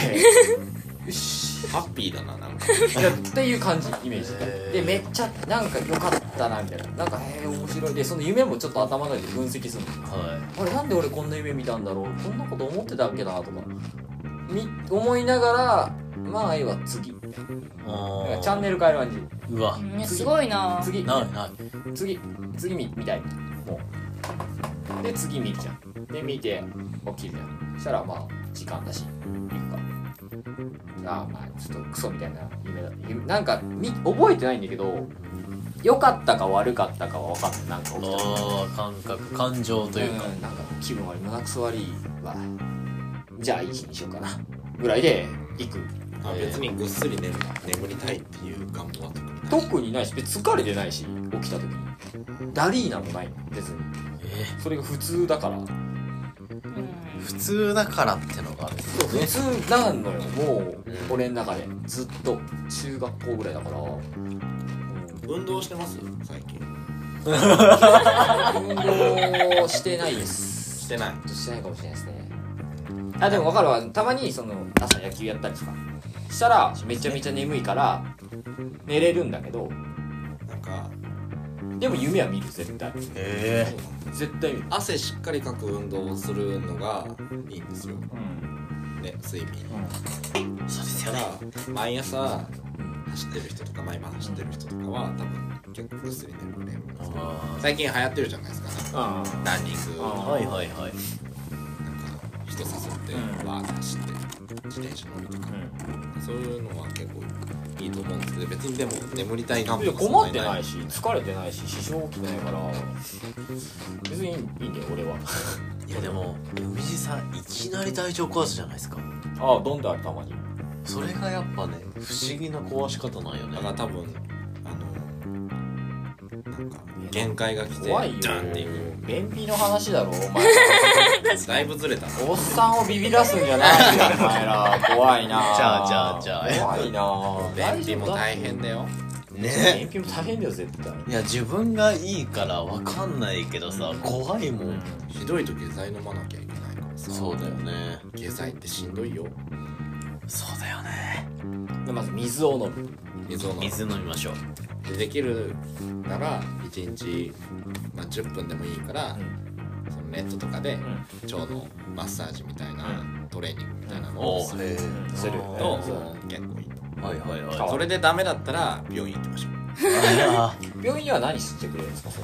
S1: よし
S3: ハッピーだな なんか
S1: いやっていう感じイメージ
S5: へー
S1: でめっちゃなんか良かったなみたいななんかへえ面白いでその夢もちょっと頭の中で分析するの
S5: は
S1: あれなんで俺こんな夢見たんだろうこんなこと思ってたっけなとかみ思いながらまあ愛は次みたいなだから
S5: あ
S1: チャンネル変える感じ
S5: ルうわ
S2: うんねすごいな
S1: 次
S5: ないない
S1: 次次見見たいもうで次見るじゃんで見て起きるじゃんそしたらまあ時間だし行くかああまあちょっとクソみたいな夢だ夢なんかみ覚えてないんだけど良かったか悪かったかは分かんないなんか起きた時
S5: ああ感覚感情というか
S1: ん、なんか気分悪い胸くそ悪いわじゃあいい日にしようかなぐらいで行く
S3: あ別にぐっすり寝る眠りたいっていう願望は特にない
S1: 特にないし別に疲れてないし起きた時にダリーナもない別に
S5: え
S1: それが普通だから
S2: うん
S5: 普通だからってのがある
S1: そう普通なんのよもう
S5: うん
S1: 俺の中でずっと中学校ぐらいだから、うん
S3: 運動してます最近
S1: 運動してないです
S3: してない
S1: ちょっとしてないかもしれないですねあでも分かるわたまにその朝野球やったりとかしたらめちゃめちゃ眠いから寝れるんだけど
S3: なんか
S1: でも夢は見る絶対
S5: ええ
S1: 絶対見る
S3: 汗しっかりかく運動をするのがいいんですよ
S1: うん
S3: ね睡眠
S5: そうです
S3: た
S5: よね
S3: だ毎朝走ってる人とか毎晩走ってる人とかは多分結構ぐっすり眠れる
S5: あ
S3: 最近流行ってるじゃないですか
S1: あ
S3: ランニング
S5: あ
S1: あ
S3: なんか
S5: はいはいはい
S3: 人誘って
S1: うん
S3: わーって走って自転車乗るとかそういうのは結構いいと思うんですけど別にでも眠りたい願
S1: いや
S3: 望
S1: 困って
S3: そん
S1: な
S3: に
S1: いし疲れてないし支障起きてないから別にいいいいんだよ俺はい
S5: やでも海地さんいきなり体調壊すじゃないですか
S1: ああどんどんあるたまに
S5: それがやっぱね不思議な壊し方なんよ
S3: だから
S5: ね
S3: 多分あのなんか限界が来て
S1: 怖いよ
S3: ジャンっていう
S1: 便秘の話だろお前
S3: だいぶずれたな
S1: おっさんをビビらすんじゃないよお前ら怖いな
S5: じゃあじゃあじゃあ
S1: 怖いな
S3: 便秘も大変だよ
S5: ね
S1: 便秘も大変だよ絶対
S5: いや自分がいいからわかんないけどさ怖いもん
S3: ひどいと下剤飲まなきゃいけないからさ
S5: そうだよね
S3: 下剤ってしんどいよ
S5: そうだよね
S1: でまず水を飲む
S3: 水を飲む
S5: 水飲みましょう
S3: でできるなら1日、まあ、10分でもいいから、そのネットとかで
S1: ん
S3: 腸のマッサージみたいな、トレーニングみたいなの
S5: お
S3: をする
S5: へえ
S1: する
S3: と
S1: そ
S3: 結構いいと
S5: はいはい
S1: あ
S5: は
S3: それでダメだったら病院行きましょう
S5: いいや
S1: 病院には何してくれるんですかそ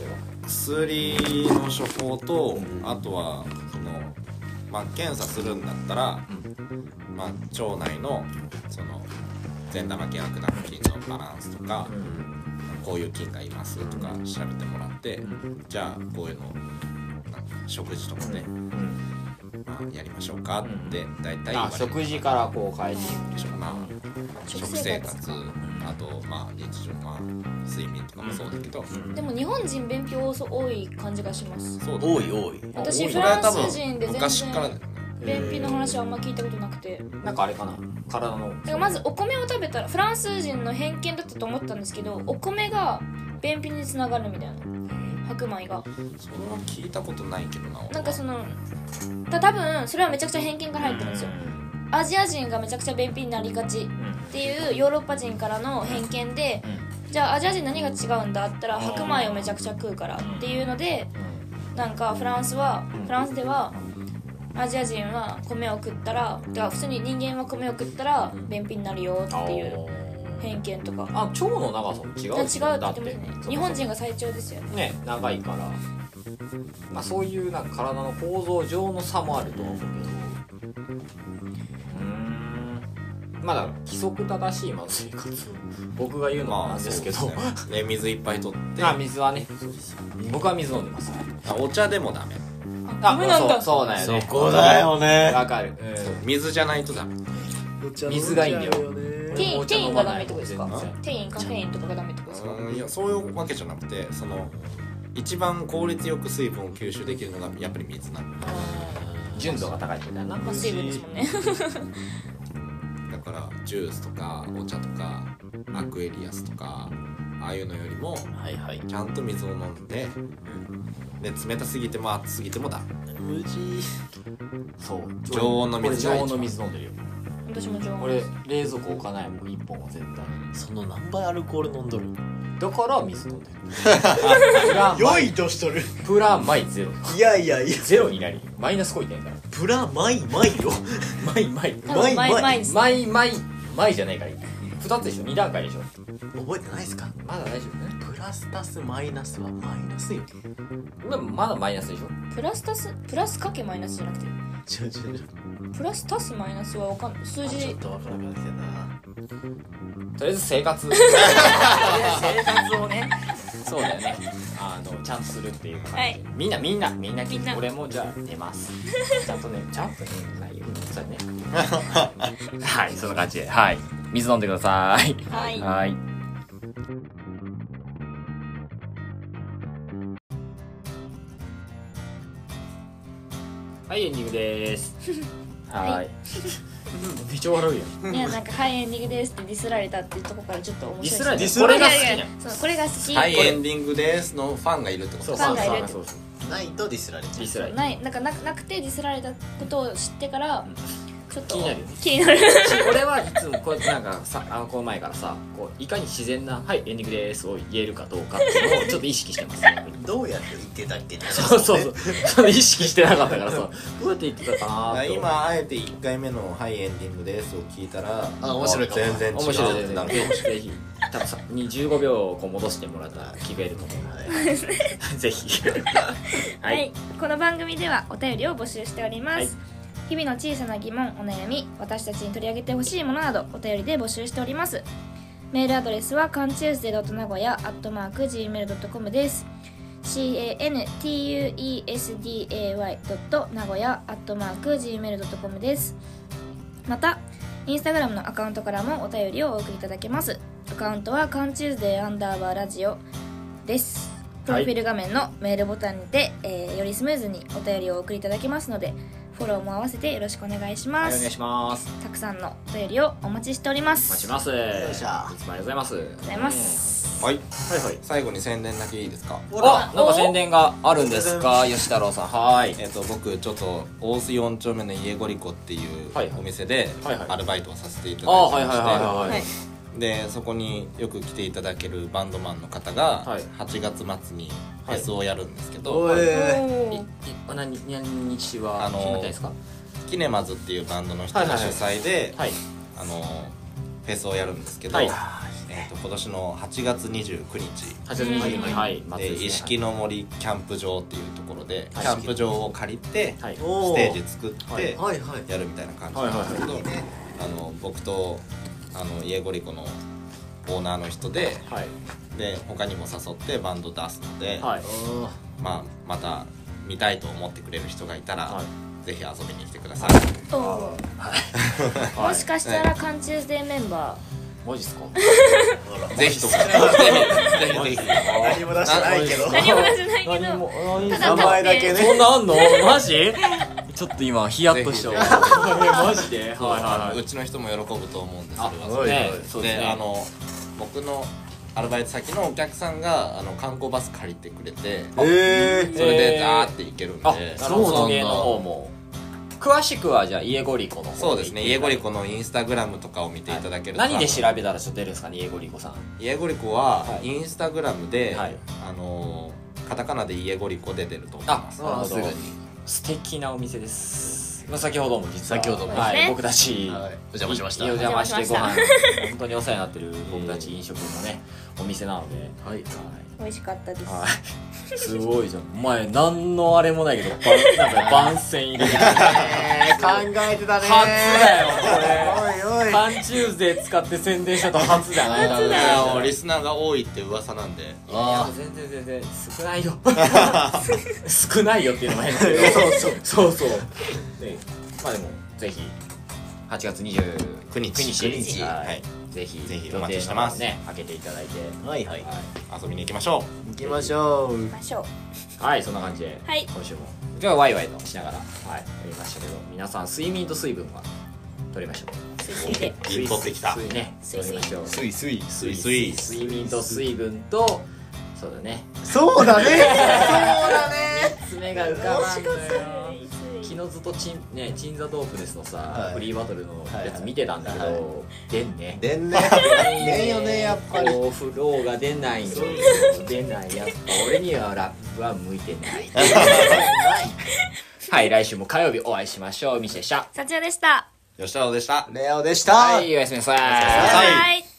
S1: れは
S3: 薬の処方と、あとはその、まあ、検査するんだったら、まあ、腸内のその善玉菌悪玉菌のバランスとか、こういう菌がいますとか調べてもらって、じゃあこういうのなんか食事とかね、
S1: うん
S3: まあ、やりましょうかって大体言われ
S1: あ
S3: る
S1: 食事からこう変えていくでしょ
S3: まあ食
S2: 食
S3: 生
S2: 生
S3: 活
S2: 活
S3: あとまあ日常まあ睡眠とかもそうだけど、
S2: でも日本人便秘多そう多い感じがします
S3: そうだね
S5: 多い多い
S2: 私
S1: 多い
S2: フ
S3: それは
S2: ラ
S3: 多
S2: ンス人で全
S3: 分昔からだ
S2: 然
S3: よね
S2: 便秘の話はあんま聞いたことなくてだ
S1: なんかあれかな体の
S2: からまずお米を食べたらフランス人の偏見だったと思ったんですけどお米が便秘につながるみたいな白米が
S3: それは聞いたことないけどな
S2: なんかそのた多分それはめちゃくちゃ偏見が入ってるんですよアジア人がめちゃくちゃ便秘になりがちっていうヨーロッパ人からの偏見でじゃあアジア人何が違うんだって言ったら白米をめちゃくちゃ食うからっていうのでなんかフランスはフランスではアジア人は米を食ったらてか普通に人間は米を食ったら便秘になるよっていう偏見とか
S1: あ腸の長さも違う
S2: 違うって言
S1: だっ
S2: って
S1: て
S2: ますね日本人が最長ですよね
S1: ね長いから、まあ、そういうなんか体の構造上の差もあるとは思うけどうんまあだから規則正しいまず生活僕が言うのも
S3: ま
S1: な
S3: あ
S1: んですけど、
S3: そうですねね水いっぱい取っ て
S1: あ水はね僕は水飲んでます
S3: あお茶でもダメ
S1: あ
S2: ダメなんだ
S1: そうそうだよね
S5: こだよね
S1: わかる、
S3: 水じゃないとダメ
S1: うん、水がいいんだよ
S2: ティーン
S1: お
S2: テ
S1: 茶
S2: ィー
S1: 飲
S2: ン
S1: ま
S2: が
S1: な
S2: ダ
S1: い
S2: メってことですか
S1: 全
S2: ティーンカフェインとかがダメってことですか
S3: うんいやそういうわけじゃなくてその一番効率よく水分を吸収できるのがやっぱり水なの
S1: 純度が高いってことだな
S2: まあ水分ですもんね
S3: だからジュースとかお茶とかアクエリアスとかああいうのよりも
S5: はいはい
S3: ちゃんと水を飲んでで冷たすぎても熱すぎてもダメ
S5: 無事
S1: そう
S3: 常温の水が
S1: 俺
S3: 一番
S1: 常温の水飲んでるよ
S2: 私も常温
S1: 俺冷蔵庫置かないもん1本は絶対
S5: その何倍アルコール飲んどる
S1: だから水飲ん でるプラマイ
S5: 良いとしとる
S1: プラマイゼロ
S5: いやいやいや
S1: ゼロになりマイナスこいてんから
S5: プラマイマイよ
S1: マイマイ
S2: 多分
S5: マイマイ
S2: 毎毎です
S1: マイマイ
S5: 前じゃないからいい
S1: 2つでしょ2段階でしょ
S5: 覚えてないですか
S1: まだ大丈夫ね
S5: プラス足すマイナスはマイナスよ
S1: でもまだマイナスでしょ
S2: プラス足すプラスかけマイナスじゃなくて
S5: ちょちょちょ
S2: プラス足すマイナスはわかん数
S5: ちょ
S2: 字
S5: っとわからなくなってきたな
S1: とりあえず生活
S2: 生活をね
S1: そうだよねあのちゃんとするっていう感じ、
S2: はい
S1: みんなみんなみんな聞い
S2: みん
S1: て
S2: な
S1: 俺もじゃあ寝ます ちゃんとねちゃんと寝ないようにそうだね はいそんな感じではい水飲んでください
S2: はい
S1: はいはいエンディングです は
S2: はい
S1: めっちゃ悪いよ
S2: いやなんか「はいエンディングです」ってディスられたっていうとこからちょっと面白い
S1: ディスられ
S5: ディ
S1: て
S5: ス
S1: こ
S5: ら
S1: れ
S5: れ
S1: が
S5: た
S1: 好きなの
S2: そうこれが好き、
S3: はいエンディングですのファンがいるってこと
S1: そう
S2: ファンがいる
S1: そうそうそう
S5: ないとディスられちゃ
S1: ディスられて
S2: ないなんかなくなくてディスられたことを知ってからちょっと
S1: 気になるよね
S2: 気になる
S1: 俺はいつもこうやってなんかさあのこの前からさこういかに自然な「はいエンディングです」を言えるかどうかっていうのをちょっと意識してます
S5: うどうやって言ってたっけ
S1: そうそうそう その意識してなかったからさどうやって言ってたかな
S3: あ
S1: って
S3: 今あえて1回目の「はいエンディングです」を聞いたら
S5: あ面白いかも
S3: 全然違う
S1: 面白い
S3: っ
S1: で
S3: て
S1: す
S3: なる
S1: ねぜひ多分さ15秒をこう戻してもらったら聞けると思うの
S5: はい
S1: で ぜひ
S2: はい、この番組ではお便りを募集しております、
S1: はい
S2: 日々の小さな疑問お悩み私たちに取り上げてほしいものなどお便りで募集しておりますメールアドレスは c a n t u e s d a y n a g o y a g m a i l c o m です cantuesday.nagoya.gmail.com ですまたインスタグラムのアカウントからもお便りをお送りいただけますアカウントは cantuesday アンダーバーラジオですプロフィール画面のメールボタンにて、えーよりスムーズにお便りをお送りいただけますのでフォローも合わせてよろしくお願いし
S1: は
S2: ま
S1: い、お
S2: す、
S1: 願いします
S2: たくさんのお便りをお待ちしております
S1: お待ちますいつ
S5: し
S1: も
S5: ょ
S1: ありがとうございますありがとう
S2: ございます
S3: はい
S1: はいはい
S3: 最後に宣伝だけいいですか
S1: あなんか宣伝があるんですか吉太郎さんはーい
S3: えっと僕ちょっと大須4丁目の家ゴリコっていう
S1: はいはい
S3: お店で
S1: はいはい
S3: アルバイトをさせていた
S1: あ
S3: だいて
S1: はいはい
S3: ま
S1: はいはい、
S2: はい
S3: してでそこによく来ていただけるバンドマンの方が
S1: はい
S3: 8月末にフ
S1: はい
S3: ェスをやるんですけど、
S5: おえ
S1: い
S2: おー
S1: い何何日は
S3: あのー
S1: 決めたいですか
S3: キネマズっていうバンドの人が主催で、
S1: はい
S3: あのフェスをやるんですけど、
S1: はい
S3: えっと今年の8月29日
S1: 8月
S2: うん
S1: にはい松
S3: で
S1: 井
S3: 石木の森キャンプ場っていうところでキ
S1: はい
S3: ャンプ場を借りて
S1: はい
S5: お
S3: ステ
S5: ー
S3: ージ作って、
S1: はい
S5: はいはい
S3: やるみたいな感じなんですけど、あの僕とあのイエゴリコのオーナーの人で
S1: はい
S3: で他にも誘ってバンド出すので、
S1: はい
S5: おー
S3: まあ、また見たいと思ってくれる人がいたら、
S1: は
S3: ぜひ遊びに来てください、
S2: おー
S1: は
S2: も
S1: い
S2: しかしたら缶チューズデーメンバ
S1: マジっすか
S3: ぜひともぜひぜひぜ
S5: 何も出してないけど
S2: ー 何も出せないけ
S1: 何
S2: ど
S1: も何も
S2: ただ
S5: 名前だけね
S1: そんなあんのマジちょっと今ヒヤッとしちゃうマジではい
S3: ひ、
S1: は
S3: あ
S1: い
S3: の
S1: は
S3: う
S1: い
S3: ちの人も喜ぶと思うんです
S1: あ
S3: それは
S5: すごい
S1: ね
S5: はい
S1: そう
S3: で
S1: ですね
S3: あの僕のアルバイト先のお客さんがあの観光バス借りてくれて
S5: え
S3: それで
S1: えー
S3: ダーって行けるんで、
S1: あ
S5: そうなんだ
S1: その芸の方も詳しくはじゃあイエゴリコの方
S3: そうですね、イエゴリコ
S1: の
S3: のインスタグラムとかを見ていただけると、
S1: 何で調べたらちょっと出るんですかねイエゴリコさん
S3: イエゴリコは
S1: はい
S3: インスタグラムで、
S1: はい
S3: あのーカタカナでイエゴリコで出ると思います。
S1: あ
S5: あすぐに
S1: 素敵なお店です、まあ、先ほども実は
S5: 先ほども
S1: はい、
S2: ね
S1: 僕たち、
S5: はいお邪魔しました
S1: お邪魔してご
S2: お
S1: 飯本当にお世話になってる僕たち飲食のねお店なので、
S5: はい
S2: 美味しかったです
S1: はいはい、すごいじゃんお前何のあれもないけどばなんか番宣入れ てる
S5: 考えてた ね
S1: 初だ
S5: よ
S1: 「
S5: こ
S1: パンチューズデー」使って宣伝したと初だな
S3: あのーもうリスナーが多いって噂なんで、
S1: いや全然全然少ない よ少ないよっていうのも変だけど
S5: そうそう
S1: そうそうねまあでもぜひ8月29
S3: 9日、
S1: 日
S3: 9日はい、
S1: ぜひ
S3: ぜひお待ちしてます
S1: 予定の方ね開けていただいて
S5: はいはい
S1: は
S3: 遊びに行きましょ
S5: 行きましょう
S2: 行きましょう
S1: い、はい、そんな感じで、
S2: はい
S1: 今週もじゃあワイワイとしながらはいやりましたけど皆さん睡眠と水分は取りましょう
S2: スイスイで
S3: う。いい取ってきた。
S1: 水ね
S2: 水
S1: 取りましょう
S5: スイスイ
S3: スイスイ
S1: 睡眠と水分とそうだね
S5: そうだねそうだね
S1: 爪が浮かばんのよ
S2: スイスイ
S1: 昨日ずっとチン,、ね、チンザドープネスのさ、
S5: はい
S1: フリーバトルの
S5: はい
S1: や
S5: は
S1: つ
S5: い
S1: 見てたんだけど、
S5: はい
S1: 出んね
S5: でんねでんよねやっぱり
S1: こうフローが出ないんよ出ないやっぱ俺にはラップは向いてない はい来週も火曜日お会いしましょうミシェでした
S2: 幸代でした
S1: 吉太郎でした。
S6: レオでした、
S3: はい、おやすみなさい。
S1: い
S2: はい